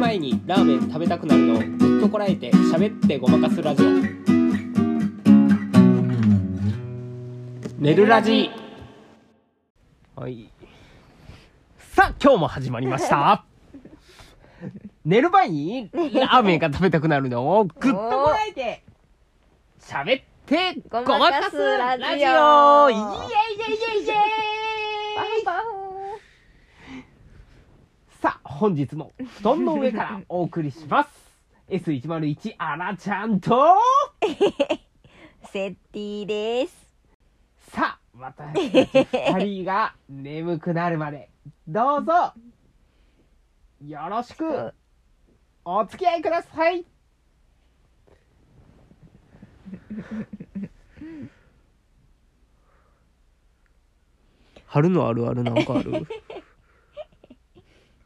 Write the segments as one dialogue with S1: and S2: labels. S1: 前にラーメン食べたくなるのをずっとこらえて喋ってごまかすラジオ寝るラジはいさあ今日も始まりました 寝る前にラーメンが食べたくなるのをぐっとこらえて喋ってごまかすラジオ
S2: ごまかすラ
S1: イエイイエ
S2: ジオ
S1: イイエイイエ
S2: パ
S1: イ
S2: フパフ
S1: さあ、本日も布団の上からお送りします。S101 あらちゃんと、
S2: セッティです
S1: さあ、私たち二人が眠くなるまで、どうぞ、よろしく、お付き合いください。 春のあるあるなんかあ る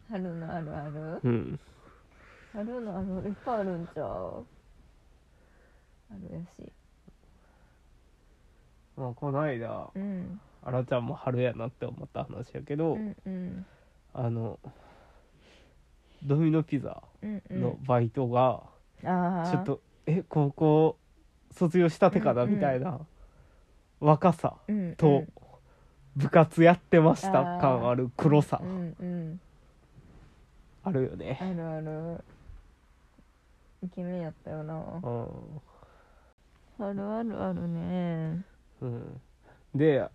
S2: 春のあるある
S1: うん。
S2: 春のあるいっぱいあるんちゃうあるやし
S1: まあ、この間、
S2: うん
S1: あらちゃんも春やなって思った話やけど、
S2: うんうん
S1: あのドミノピザ
S2: うんうん
S1: のバイトが
S2: ああ
S1: ちょっと、え高校卒業したてかな
S2: うんうん
S1: みたいな、若さ
S2: うんうん
S1: と部活やってました
S2: あー
S1: 感ある黒さ
S2: うんうん
S1: あるよ
S2: あ
S1: ね、
S2: るあるイケメンやったよな
S1: うん
S2: あるあるあるね
S1: うん、で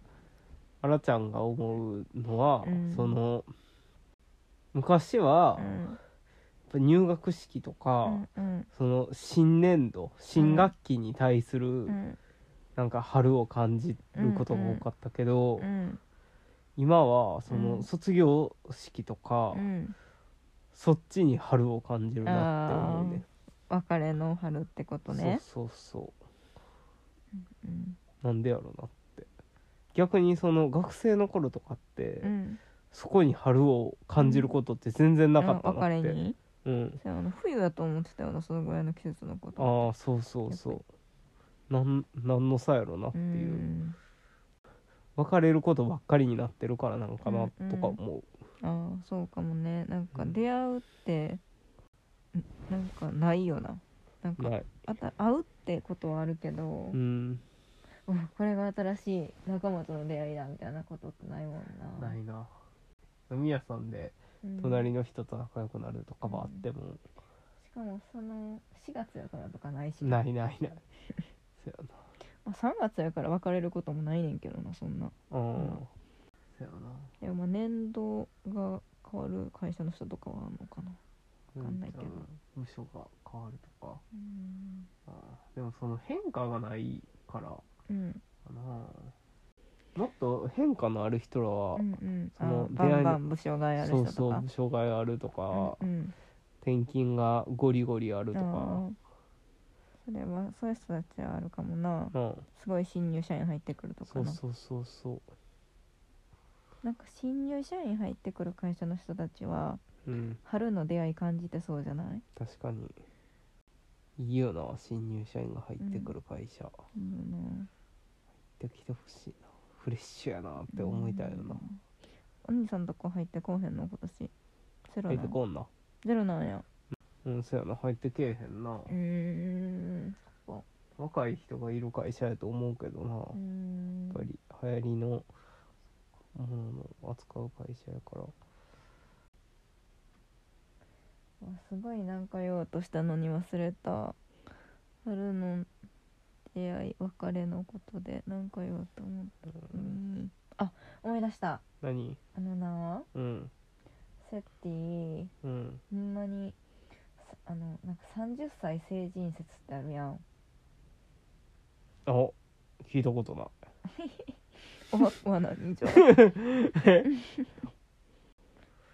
S1: あらちゃんが思うのは、
S2: うん
S1: その昔は
S2: う、ん
S1: やっぱ入学式とか、
S2: うん
S1: その新年度新学期に対する、
S2: うん
S1: なんか春を感じることが多かったけど、
S2: うん
S1: 今はそうの
S2: ん
S1: 卒業式とか、
S2: うん
S1: そっちに春を感じるなって思うね。
S2: 別れの春ってことね
S1: そうそうそ
S2: うん
S1: うなんでやろうなって逆にその学生の頃とかって、
S2: うん
S1: そこに春を感じることって全然なかった
S2: 別
S1: な
S2: れ
S1: って、
S2: に
S1: うん、
S2: そうあの冬だと思ってたようなそのぐらいの季節のこと
S1: ああそうそうそうなんなんの差やろなって
S2: う
S1: いう、
S2: ん
S1: 別れることばっかりになってるからなのかなとか思う、
S2: ああそうかもねなんか
S1: うん
S2: 出会うって、んなんかないよななんか
S1: ない、
S2: あた会うってことはあるけど
S1: う、ん、
S2: うんこれが新しい仲間との出会いだみたいなことってないもんな
S1: ないな飲み屋さんで
S2: うん
S1: 隣の人と仲良くなるとかはあっても、
S2: しかもその4月やからとかないし
S1: ないないない そや
S2: まあ、3月やから別れることもないねんけどなそんな
S1: なうん、
S2: うん
S1: そやな
S2: でもまあ年度が変わる会社の人とかはあるのかなわかんないけど
S1: う部署が変わるとか
S2: うん
S1: あーでもその変化がないからか
S2: うん
S1: なもっと変化のある人らは、
S2: うんうん
S1: その
S2: あバン
S1: 出
S2: バ
S1: 会い
S2: ン武将がやる
S1: そ
S2: 人
S1: う
S2: とか
S1: そう障害あるとか、
S2: うんうん
S1: 転勤がゴリゴリあると
S2: あ
S1: か
S2: ーそれはそういう人たちはあるかもな
S1: うん
S2: すごい新入社員入ってくるとか
S1: そう
S2: な
S1: そうそうそ
S2: なんか新入社員入ってくる会社の人たちは
S1: ううん
S2: 春の出会い感じてそうじゃない、
S1: 確かにいいよな新入社員が入ってくる会社、
S2: うん、
S1: できてほしいなフレッシュやなって思いたいよな、
S2: お兄さんとこ入ってこうへんの今年ゼロ
S1: 入っ
S2: な
S1: て
S2: ん
S1: こんな
S2: ゼロなんや
S1: うんそうやな入ってけえへんな、
S2: うーん
S1: 若い人がいる会社やと思うけどな、
S2: うーん
S1: やっぱり流行りのものを扱う会社やから
S2: わすごいなんか言おうとしたのに忘れた春の出会い別れのことでなんか言おうと思ったのにあ思い出した
S1: 何
S2: あのな
S1: うん
S2: セッティ
S1: うん
S2: ほんまにさあのなんか30歳成人説ってあるやん
S1: あ聞いたことない
S2: おわわな以 上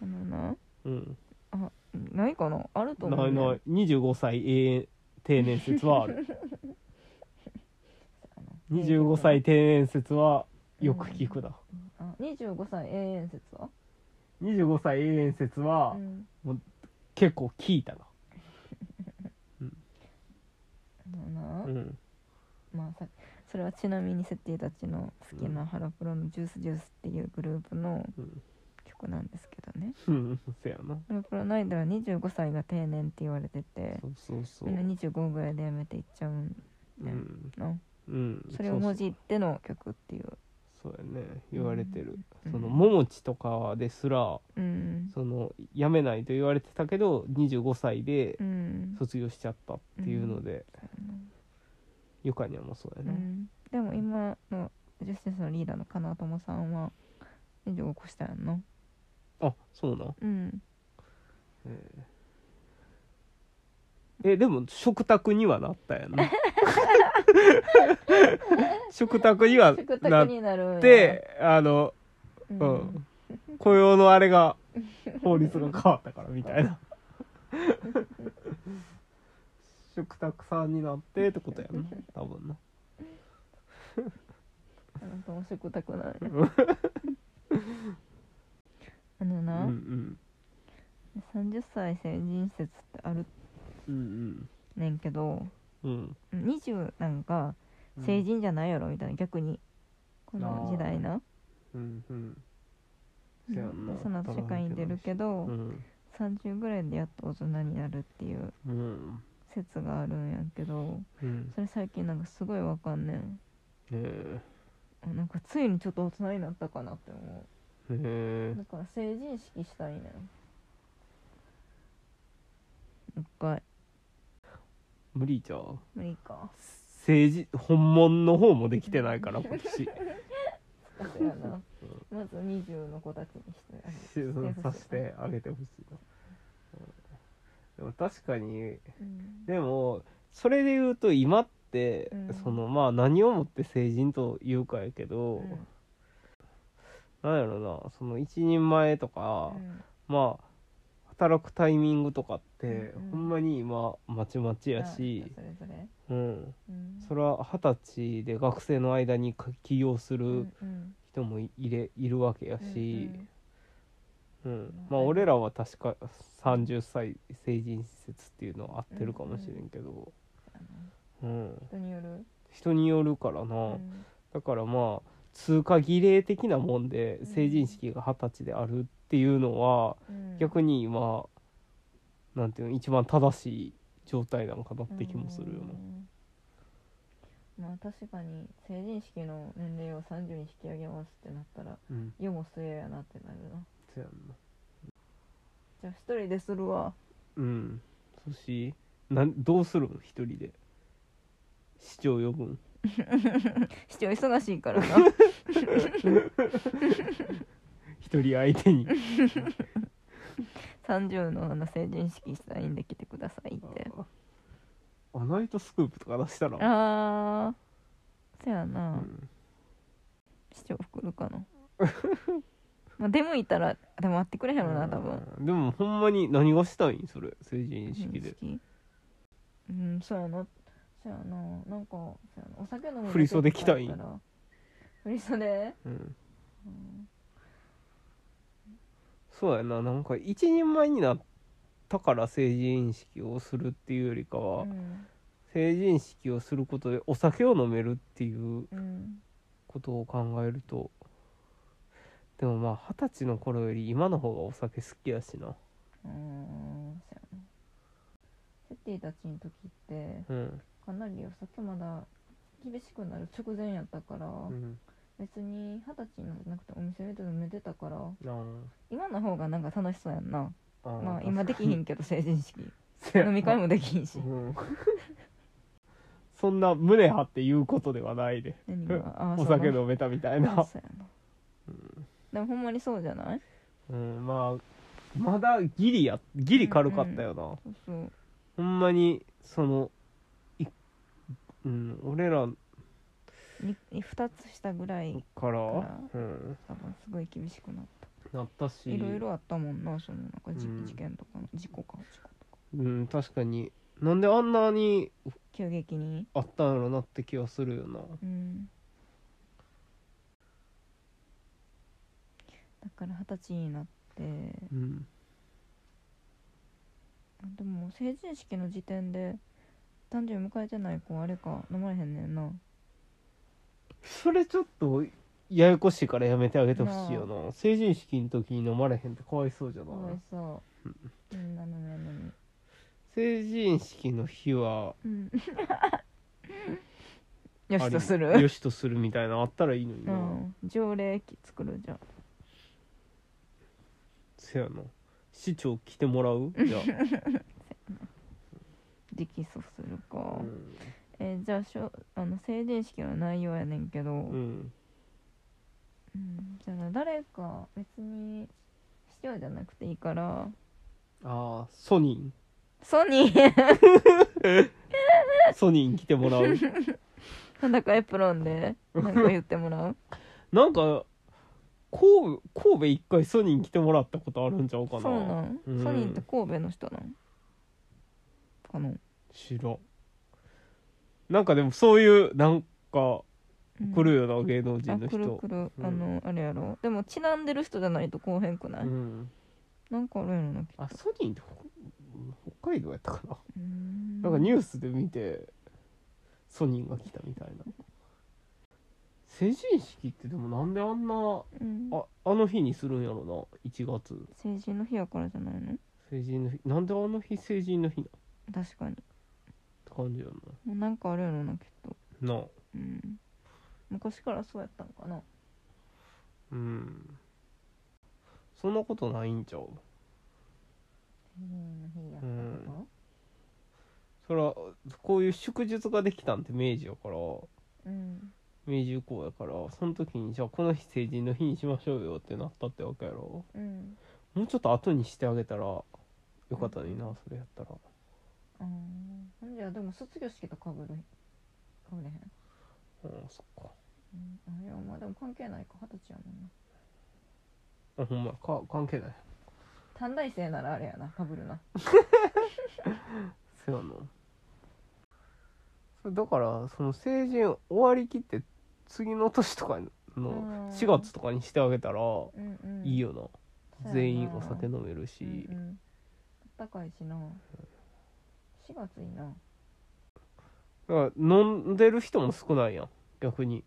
S2: あのな
S1: うん
S2: ないかなあると思
S1: な
S2: う、
S1: い
S2: ね、
S1: ない25歳永遠定年説はあ る
S2: あの
S1: 25歳定年説はよく聞くな、
S2: あ25歳永遠説は、
S1: 25歳永遠説は
S2: うん、
S1: 結構聞いたな
S2: あのな、
S1: うん
S2: まあ、さそれはちなみにセッティたちの好きなハロプロのジュースジュースっていうグループの
S1: うん
S2: 服なんですけどね
S1: うん そやな
S2: ルプロナイドは25歳が定年って言われてて
S1: そうそうそう
S2: みんな25ぐらいで辞めていっちゃうん
S1: うん
S2: の
S1: うん
S2: それを
S1: う
S2: もじっての曲っていう
S1: そうそうやね言われてる、
S2: うん
S1: その桃地とかですら
S2: うん
S1: その辞めないと言われてたけど25歳で
S2: うん
S1: 卒業しちゃったっていうので、ゆかにゃんもそうや
S2: う
S1: な、
S2: んでも今のジャスティスのリーダーのかなともさんは25個下やんの
S1: あそうなん
S2: うん
S1: えでも食卓にはなったやん な食卓には
S2: 食
S1: な
S2: 卓
S1: っ
S2: になるんや
S1: てあの
S2: う
S1: うんん雇用のあれが法律が変わったからみたい な食卓さんになってってことやな多分な
S2: あなたも食卓なんやあ
S1: う
S2: の
S1: んう
S2: な、
S1: ん
S2: 30歳成人説ってある
S1: うん
S2: ねんけど
S1: うんうん
S2: 20なんか
S1: うん
S2: 成人じゃないやろみたいな、逆にこの時代な
S1: うんうん
S2: うん
S1: せや
S2: で
S1: ん
S2: その後社会に出るけど、
S1: うん
S2: 30ぐらいでやっと大人になるっていう
S1: うん
S2: 説があるんやけど
S1: うん
S2: それ最近なんかすごいわかんねん
S1: ねえ
S2: あなんかついにちょっと大人になったかなって思
S1: ねえ
S2: うだから成人式したいねんもう一回
S1: 無理じゃん
S2: 無理か
S1: 政治本物の方もできてないから今年
S2: だからなまず20の子たちにしてあげる
S1: うんさせてあげてほしいな、うんでも確かに
S2: うん
S1: でもそれで言うと今って、
S2: うん
S1: そのまあ何をもって成人というかやけ
S2: う
S1: ど、
S2: ん
S1: なんやろなその一人前とか、
S2: うん
S1: まあ働くタイミングとかって、
S2: うんうん
S1: ほんまに今まちまちや
S2: あ
S1: し、
S2: それぞれ
S1: うん、
S2: うん
S1: それは二十歳で学生の間に起業す
S2: う
S1: る
S2: んうん
S1: 人もいれいるわけやし、うんまあ
S2: はい
S1: 俺らは確か30歳成人施設っていうのは合ってるかもしれんけど、
S2: あの
S1: うん
S2: 人による
S1: 人によるからな、
S2: うん
S1: だからまあ通過儀礼的なもんで
S2: うん
S1: 成人式が二十歳であるっていうのは、
S2: うん
S1: 逆に今なんていうの一番正しい状態なのかなって気もするよな、
S2: うんまあ確かに成人式の年齢を30に引き上げますってなったら
S1: うん
S2: 世も末やなってなるな
S1: そうやんな
S2: じゃあ一人でするわ
S1: うんそしなんどうするん一人で市長呼ぶん
S2: 市長忙しいからな
S1: 一人相手に
S2: 30のあの成人式サインで来てくださいって
S1: あナイトスクープとか出したら
S2: あーそやな、
S1: うん
S2: 市長送るかな まあでもいたらでも待ってくれへんやろな多分
S1: うんでもほんまに何がしたいんそれ成人式で
S2: 認識うんそうやなそうやななんかそうやなお酒飲む
S1: 振り袖着たい
S2: だけだったら振り袖
S1: うん
S2: うん
S1: そうやななんか一人前になったから成人式をするっていうよりかは、
S2: うん
S1: 成人式をすることでお酒を飲めるっていう
S2: うん
S1: ことを考えるとでもまあ二十歳の頃より今の方がお酒好きやしな
S2: うんそうやなセッティたちの時って
S1: うん、
S2: かなりお酒まだ厳しくなる直前やったから、
S1: うん、
S2: 別に二十歳になってなくてお店で飲めてたから
S1: あ
S2: 今の方がなんか楽しそうやんな
S1: あ
S2: まあ今できひんけど成人 式
S1: せや
S2: 飲み会もできひんし
S1: うん そんな胸張って言うことではないで
S2: 何があー
S1: お
S2: その
S1: 酒飲めたみたい
S2: あ
S1: な、
S2: そうやな、でもほんまにそうじゃない
S1: うん、まあまだギリやギリ軽かったよな、
S2: そうそう
S1: ほんまにそのいうん俺ら
S2: に2つ下ぐらい
S1: から
S2: ら
S1: うん、
S2: 多分すごい厳しくなった
S1: なったし
S2: いろいろあったもんなそのなんかじ、
S1: うん
S2: 事件とか事故か事故とか
S1: うん確かになんであんなに
S2: 急激に
S1: あったんやろなって気はするよな
S2: うんだから二十歳になって
S1: うん
S2: あでも成人式の時点で誕生日迎えてない子あれか飲まれへんねんな
S1: それちょっとややこしいからやめてあげてほしいよな成人式の時に飲まれへんってかわいそうじゃ
S2: か
S1: ない
S2: わいそうみんな飲めんのに
S1: 成人式の日は
S2: うん よし
S1: あり
S2: とす
S1: よ
S2: る
S1: しとするみたいなのあったらいいのに
S2: う
S1: な、
S2: ん条例機作るじゃん
S1: せやな市長来てもらうじゃ
S2: 直訴する
S1: あ、
S2: か
S1: う ん
S2: えーじゃあしょあの成人式の内容やねんけど、
S1: うん
S2: うんじゃあな誰か別に市長じゃなくていいから
S1: ああソニン
S2: ソニー
S1: ソニン来てもらう
S2: 裸エプロンでなんか言ってもらう
S1: なんか神戸神戸一回ソニン来てもらったことあるんちゃうか
S2: そう
S1: な
S2: なん、
S1: うん
S2: ソニーって神戸の人なんかな、
S1: 知らんなんかでもそういうなんか
S2: うん
S1: 来るよな、芸能人
S2: あ
S1: の
S2: 来
S1: 人
S2: る来る、
S1: うん
S2: あのあれやろでもちなんでる人じゃないとこうへんくない、
S1: うん、
S2: なんかあるやろなきっと
S1: あソニンってほ北海道やったかな、
S2: うん
S1: なんかニュースで見てソニンが来たみたいな成人式ってでもなんであんな
S2: うん
S1: ああの日にするんやろな1月
S2: 成人の日やからじゃないの
S1: 成人の日なんであの日成人の日なっ
S2: 確かに
S1: て感じや
S2: もうなんかあるやろなきっと
S1: ななあ
S2: うん昔からそうやったんかな
S1: うんそんなことないんちゃう
S2: 成人の日や
S1: ったことうんそらこういう祝日ができたんって明治やから
S2: うん
S1: 明治以降やからその時にじゃあこの日成人の日にしましょうよってなったってわけやろ
S2: うん
S1: もうちょっと後にしてあげたらよかったのになそれやったら
S2: あほんじゃでも卒業式とかぶるかぶ
S1: う
S2: れへん、
S1: んそっか
S2: うん、あいやまあでも関係ないか二十歳やもんな
S1: あほんまやか関係ない
S2: 短大生ならあれやなかぶるな
S1: そうやなそれだからその成人終わりきって次の年とか
S2: うん
S1: の4月とかにしてあげたら
S2: うんうん
S1: いいよな、
S2: そうやな
S1: 全員お酒飲めるし、
S2: うんうん、あったかいしな4月いい
S1: だか
S2: な
S1: ら飲んでる人も少ないやん逆に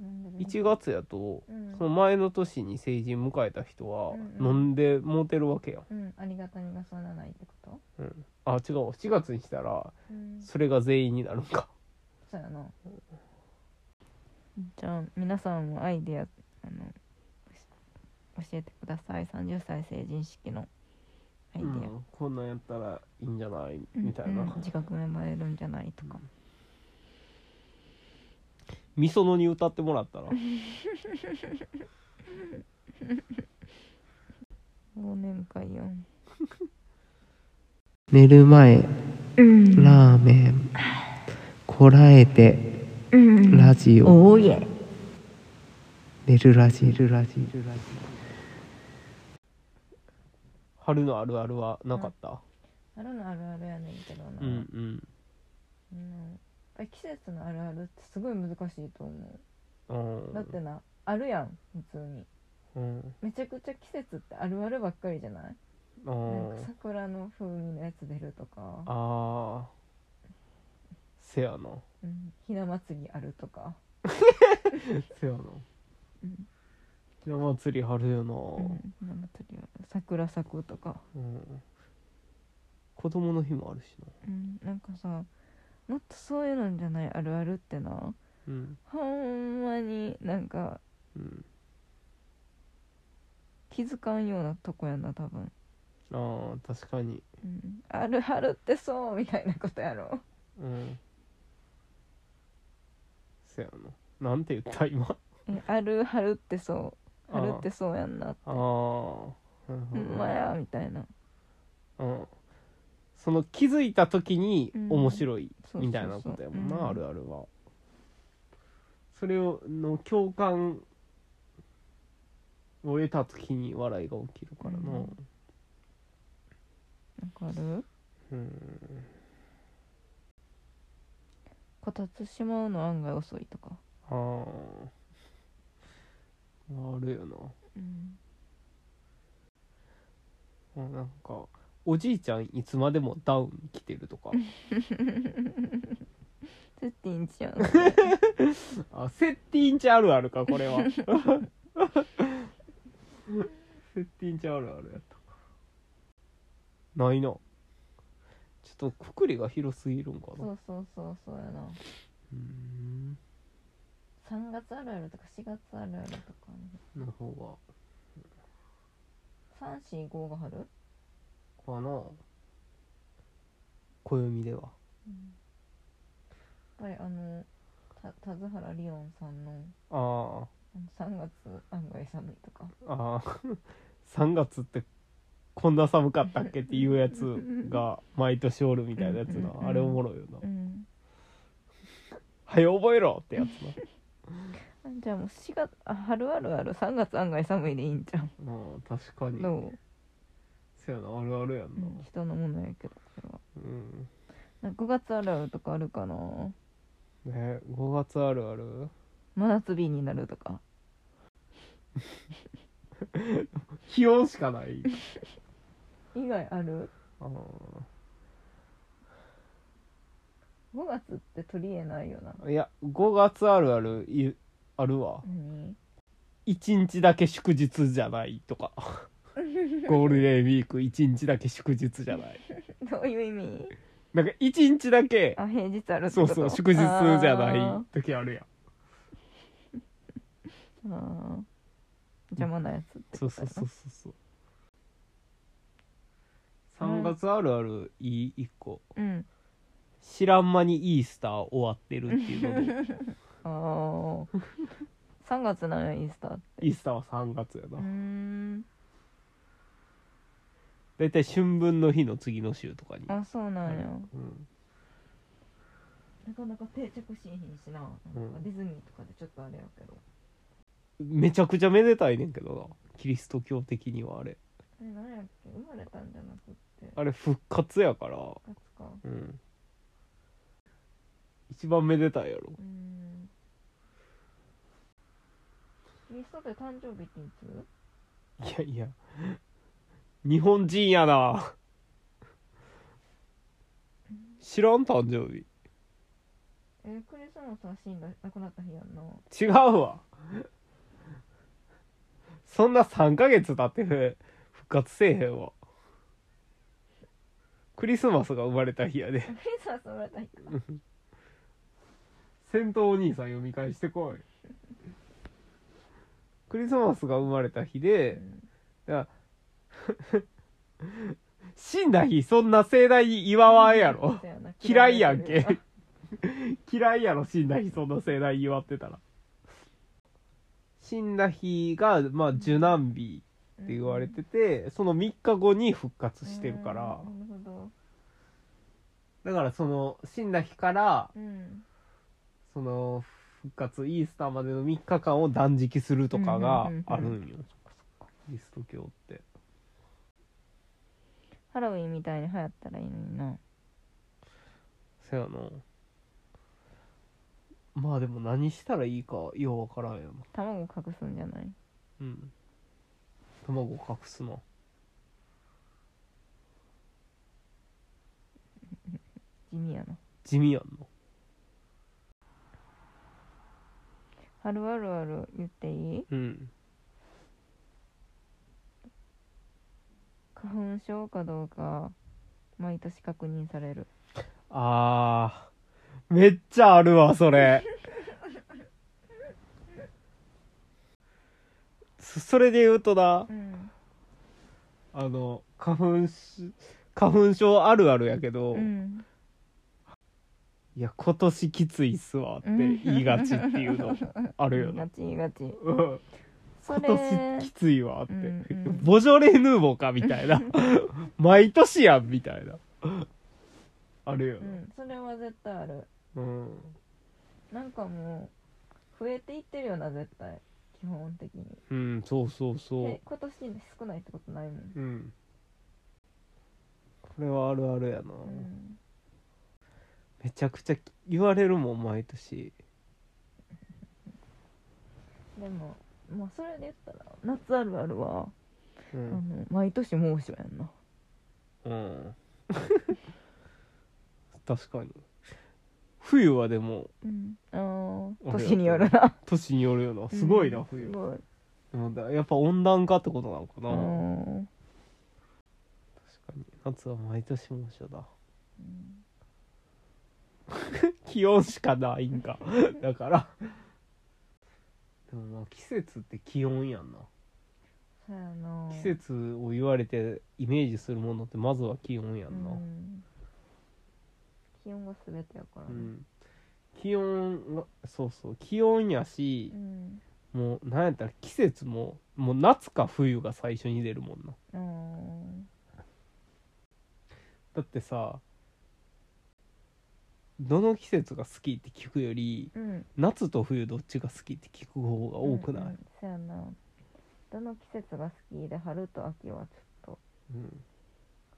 S2: 飲んでる
S1: 1月やと
S2: うん
S1: その前の年に成人迎えた人は
S2: うんうん
S1: 飲んでモテるわけやん、
S2: うんありがたみがそんなないってこ
S1: う
S2: と
S1: ん、あ違う4月にしたら
S2: うん
S1: それが全員になるんか
S2: そうやなじゃあ皆さんもアイディアあの教えてください30歳成人式のア
S1: う
S2: イディア、
S1: ん、こんなんやったらいいんじゃないみたいな、
S2: うん自覚芽生えるんじゃないとか、
S1: みそのに歌ってもらったら
S2: 忘年会やん
S1: 寝る前
S2: うん
S1: ラーメンこらえて
S2: うん
S1: ラジオ
S2: おおいえ
S1: 寝るラジ寝るラジ寝るラジ春のあるあるはなかった
S2: あるのあるあるやねんけどな、
S1: うんうん
S2: うんえ季節のあるあるってすごい難しいと思
S1: うん
S2: うだってなあるやん普通に
S1: うん
S2: めちゃくちゃ季節ってあるあるばっかりじゃない
S1: あ
S2: なん
S1: ー
S2: か桜の風味のやつ出るとか
S1: あーせやな
S2: うんひな祭りあるとか、
S1: せやな
S2: うん
S1: ひな祭り春やな、
S2: うんひな祭りある桜咲くとか、
S1: うん子供の日もあるしな
S2: うん、なんかさもっとそういうのじゃないあるあるってな
S1: うん
S2: ほんまになんか
S1: うん
S2: 気づかんようなとこやな多分、
S1: ああ確かに
S2: うん、あるあるってそうみたいなことやろ
S1: うんせやななんて言った今
S2: えあるあるってそう
S1: あー
S2: 春ってそうやんな
S1: ああほ
S2: ほんまやみたいな
S1: うんその気づいた時に
S2: うん
S1: 面白い
S2: そうそうそう
S1: みたいなことやもんな、
S2: うん
S1: あるあるはそれをの共感を得た時に笑いが起きるからな
S2: うんなんかある
S1: うん
S2: こたつしまうの案外遅いとか、
S1: あーあるよな
S2: うん、
S1: あなんかおじいちゃんいつまでもダウン着てるとか
S2: セッティン ちゃん
S1: あセッティンチあるあるかこれ はセッティンチあるあるやったかないなちょっとくくりが広すぎるんかな
S2: そうそうそうそうやな
S1: うーん
S2: 3月あるあるとか4月あるあるとか
S1: の方
S2: 345が春
S1: がかな暦では
S2: やっぱりあのた田津原理音さんの
S1: あ
S2: あの3月案外寒いとか
S1: あああ 3月ってこんな寒かったっけっていうやつが毎年おるみたいなやつな
S2: うんうんうん
S1: あれおもろいよな
S2: うん
S1: 早覚えろってやつな
S2: あじゃあもう4月あ春あるある3月案外寒いでいいんじゃん
S1: うん確かに
S2: ど
S1: そうやなあるあるやん
S2: う、
S1: な
S2: うん人のものやけどそれは
S1: うん
S2: なんか5月あるあるとかあるかな
S1: ね5月あるある
S2: 真夏日になるとか
S1: 気温しかない
S2: 以外ある
S1: あー
S2: 5月って取り柄ないよない
S1: や5月あるあるいあるわ
S2: 何
S1: 1日だけ祝日じゃないと かゴールデンウィーク1日だけ祝日じゃない
S2: どういう意味
S1: なんか1日だけ
S2: あ平日あるって
S1: そ
S2: こ
S1: う
S2: と
S1: そう祝日じゃな
S2: あ
S1: い時あるやん
S2: ーあー邪魔なやつって
S1: そ
S2: こ
S1: う
S2: と
S1: そう
S2: や
S1: そうそう そう3月あるあるいい一個
S2: なうん
S1: 知らん間にイースター終わってるっていう ので
S2: ああ3月なのよイースターって
S1: イースターは3月や
S2: う
S1: な
S2: ーん
S1: 大体春分の日の次の週とかに
S2: あそうなんや、
S1: うん
S2: なかなか定着しへんしななんかディズニーとかでちょっとあれやけど、
S1: めちゃくちゃめでたいねんけどなキリスト教的にはあれ
S2: あれなんやっけ生まれたんじゃなくって
S1: あれ復活やから
S2: 復活か
S1: うん一番めでたいやろ
S2: うーんキリストで誕生日っていつ
S1: いやいや日本人やな知らん誕生日
S2: えークリスマスは死んだ亡くなった日やんな
S1: 違うわそんな3ヶ月経って復活せえへんわクリスマスが生まれた日やで
S2: クリスマス生まれた日か
S1: 戦闘お兄さん読み返してこいクリスマスが生まれた日でだから 死んだ日そんな盛大に祝わんやろ
S2: そうな
S1: 嫌いやんけ 嫌いやろ死んだ日そんな盛大に祝ってたら死んだ日がまあ受難日って言われててその3日後に復活してるから
S2: うんなるほど
S1: だからその死んだ日から
S2: うん
S1: その復活イースターまでの3日間を断食するとかがあるんよキリスト教って
S2: ハロウィンみたいに流行ったらいいのにな
S1: そやなまあでも何したらいいかようわからんよな
S2: 卵隠すんじゃない
S1: うん卵隠すな
S2: 地味やな
S1: 地味やんな
S2: あるあるある言っていい
S1: うん
S2: 花粉症かどうか毎年確認される
S1: あーめっちゃあるわそれそそれで言うとな
S2: うん
S1: あの花粉し花粉症あるあるやけど、
S2: うん
S1: いや今年きついっすわって言いがちっていうのあるよな
S2: ガ、チガチ
S1: うん、
S2: そ
S1: 今
S2: れ
S1: 年きついわって、
S2: うんうん
S1: ボジョレ・ヌーボーかみたい な毎年やんみたいなあるよ
S2: う、んそれは絶対ある
S1: うん
S2: なんかもう増えていってるよな絶対基本的に
S1: うん、そうそうそう
S2: え今年少ないってことないもん、
S1: うんこれはあるあるやな、
S2: うん、
S1: めちゃくちゃ言われるもん毎年
S2: でももうそれで言ったら夏あるあるは、
S1: う
S2: あ
S1: ん、
S2: の毎年猛暑やんな
S1: うん、確かに冬はでも
S2: うんあ
S1: 俺
S2: あ
S1: は
S2: 年によるな
S1: 年によるよな すごいな、冬
S2: すごい
S1: でもだやっぱ温暖化ってことなのかな、
S2: うん
S1: 確かに夏は毎年猛暑だ気温しかないんか だからでもまあ季節って気温やんな
S2: そうやな
S1: 季節を言われてイメージするものってまずは気温や
S2: うん
S1: な、
S2: ん気温が全てやから
S1: う
S2: ね
S1: ん気温がそうそう気温やし
S2: う、ん
S1: もうなんやったら季節ももう夏か冬が最初に出るもんな
S2: うん
S1: だってさどの季節が好きって聞くより
S2: うん
S1: 夏と冬どっちが好きって聞く方が多くない、
S2: うんうんそうやなどの季節が好きで春と秋はちょっと
S1: うん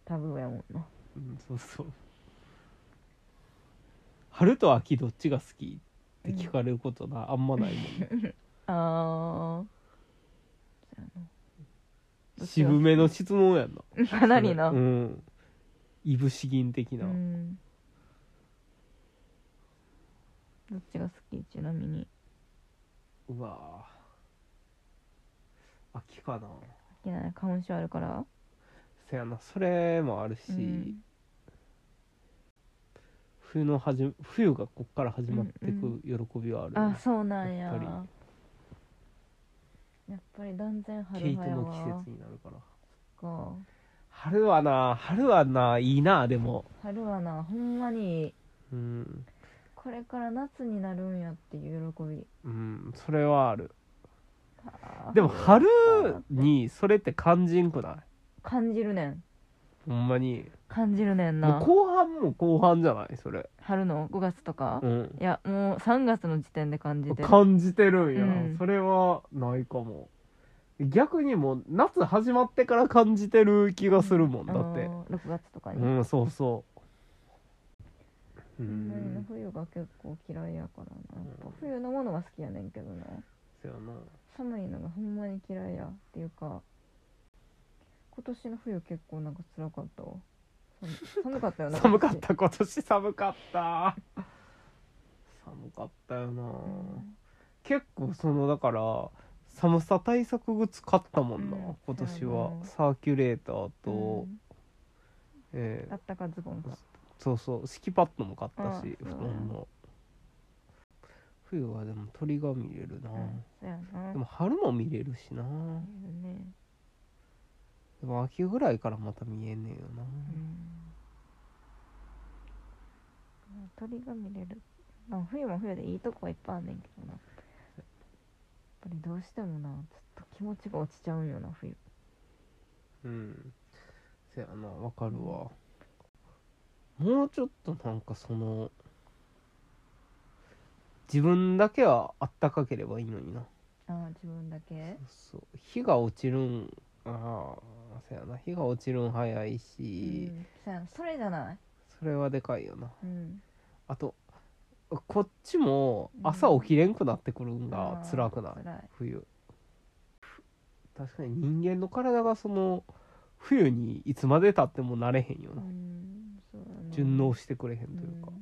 S2: タブーやもんな
S1: うんそうそう春と秋どっちが好きって聞かれることな、あんまないもんね
S2: あどっちが
S1: 渋めの質問やんな
S2: ーかなりな
S1: うんいぶし銀的な、
S2: うんどっちが好きちなみに
S1: うわぁ秋かな
S2: 好きなの花粉症あるから
S1: せやなそれもあるし、
S2: うん
S1: 冬のはじ冬がこっから始まってく喜びはある、
S2: あそうなんや
S1: やっぱり
S2: やっぱり断然春
S1: 毛
S2: 早
S1: 糸の
S2: は
S1: 季節になるから
S2: か
S1: 春はな春はないいなでも
S2: 春はなほんまに
S1: うん
S2: これから夏になるんやっていう喜び
S1: うんそれはある
S2: あー
S1: でも春にそれって感じんくない
S2: 感じるねん
S1: ほんまに
S2: 感じるねん
S1: もう
S2: な
S1: 後半も後半じゃないそれ
S2: 春の5月とか、
S1: うん
S2: いやもう3月の時点で感じてる
S1: 感じてるんや、
S2: うん
S1: それはないかも逆にもう夏始まってから感じてる気がするもんだって
S2: 6月とかに、
S1: うんそうそうう
S2: ほんまになん冬が結構嫌いやからなやっぱ
S1: うん
S2: 冬のものが好きやねんけどな
S1: そやな
S2: 寒いのがほんまに嫌いやっていうか今年の冬結構なんか辛かったわ寒寒かったよな
S1: 寒かっ
S2: 今
S1: た今年寒かった寒かったよな、
S2: 年うん
S1: 結構そのだから寒さ対策グッズ買ったもんな、
S2: うん
S1: 今年
S2: そうや
S1: は
S2: な
S1: サーキュレーターと、
S2: うん
S1: えー
S2: あったかズボンか
S1: そうそう敷きパッドも買ったし
S2: あ
S1: 布
S2: そ
S1: 団
S2: う
S1: も冬はでも鳥が見れるな、
S2: うんそうやな
S1: でも春も見れるしな
S2: うんね
S1: でも秋ぐらいからまた見えねえよな、
S2: うん鳥が見れるまあ冬も冬でいいとこはいっぱいあんねんけどなやっぱりどうしてもなちょっと気持ちが落ちちゃうんよな冬
S1: うんせやなわかるわ、もうちょっとなんかその自分だけはあったかければいいのにな
S2: ああ自分だけ
S1: そう日が落ちるんああせやな日が落ちるん早いし、
S2: うん、そうやなそれじゃない
S1: それはでかいよな
S2: うん
S1: あとこっちも朝起きれんくなってくるんが辛くない、
S2: 辛い
S1: 冬ふ確かに人間の体がその冬にいつまでたっても慣れへんよ
S2: う
S1: な、
S2: んそうだね
S1: 順応してくれへんというか、
S2: ん 어.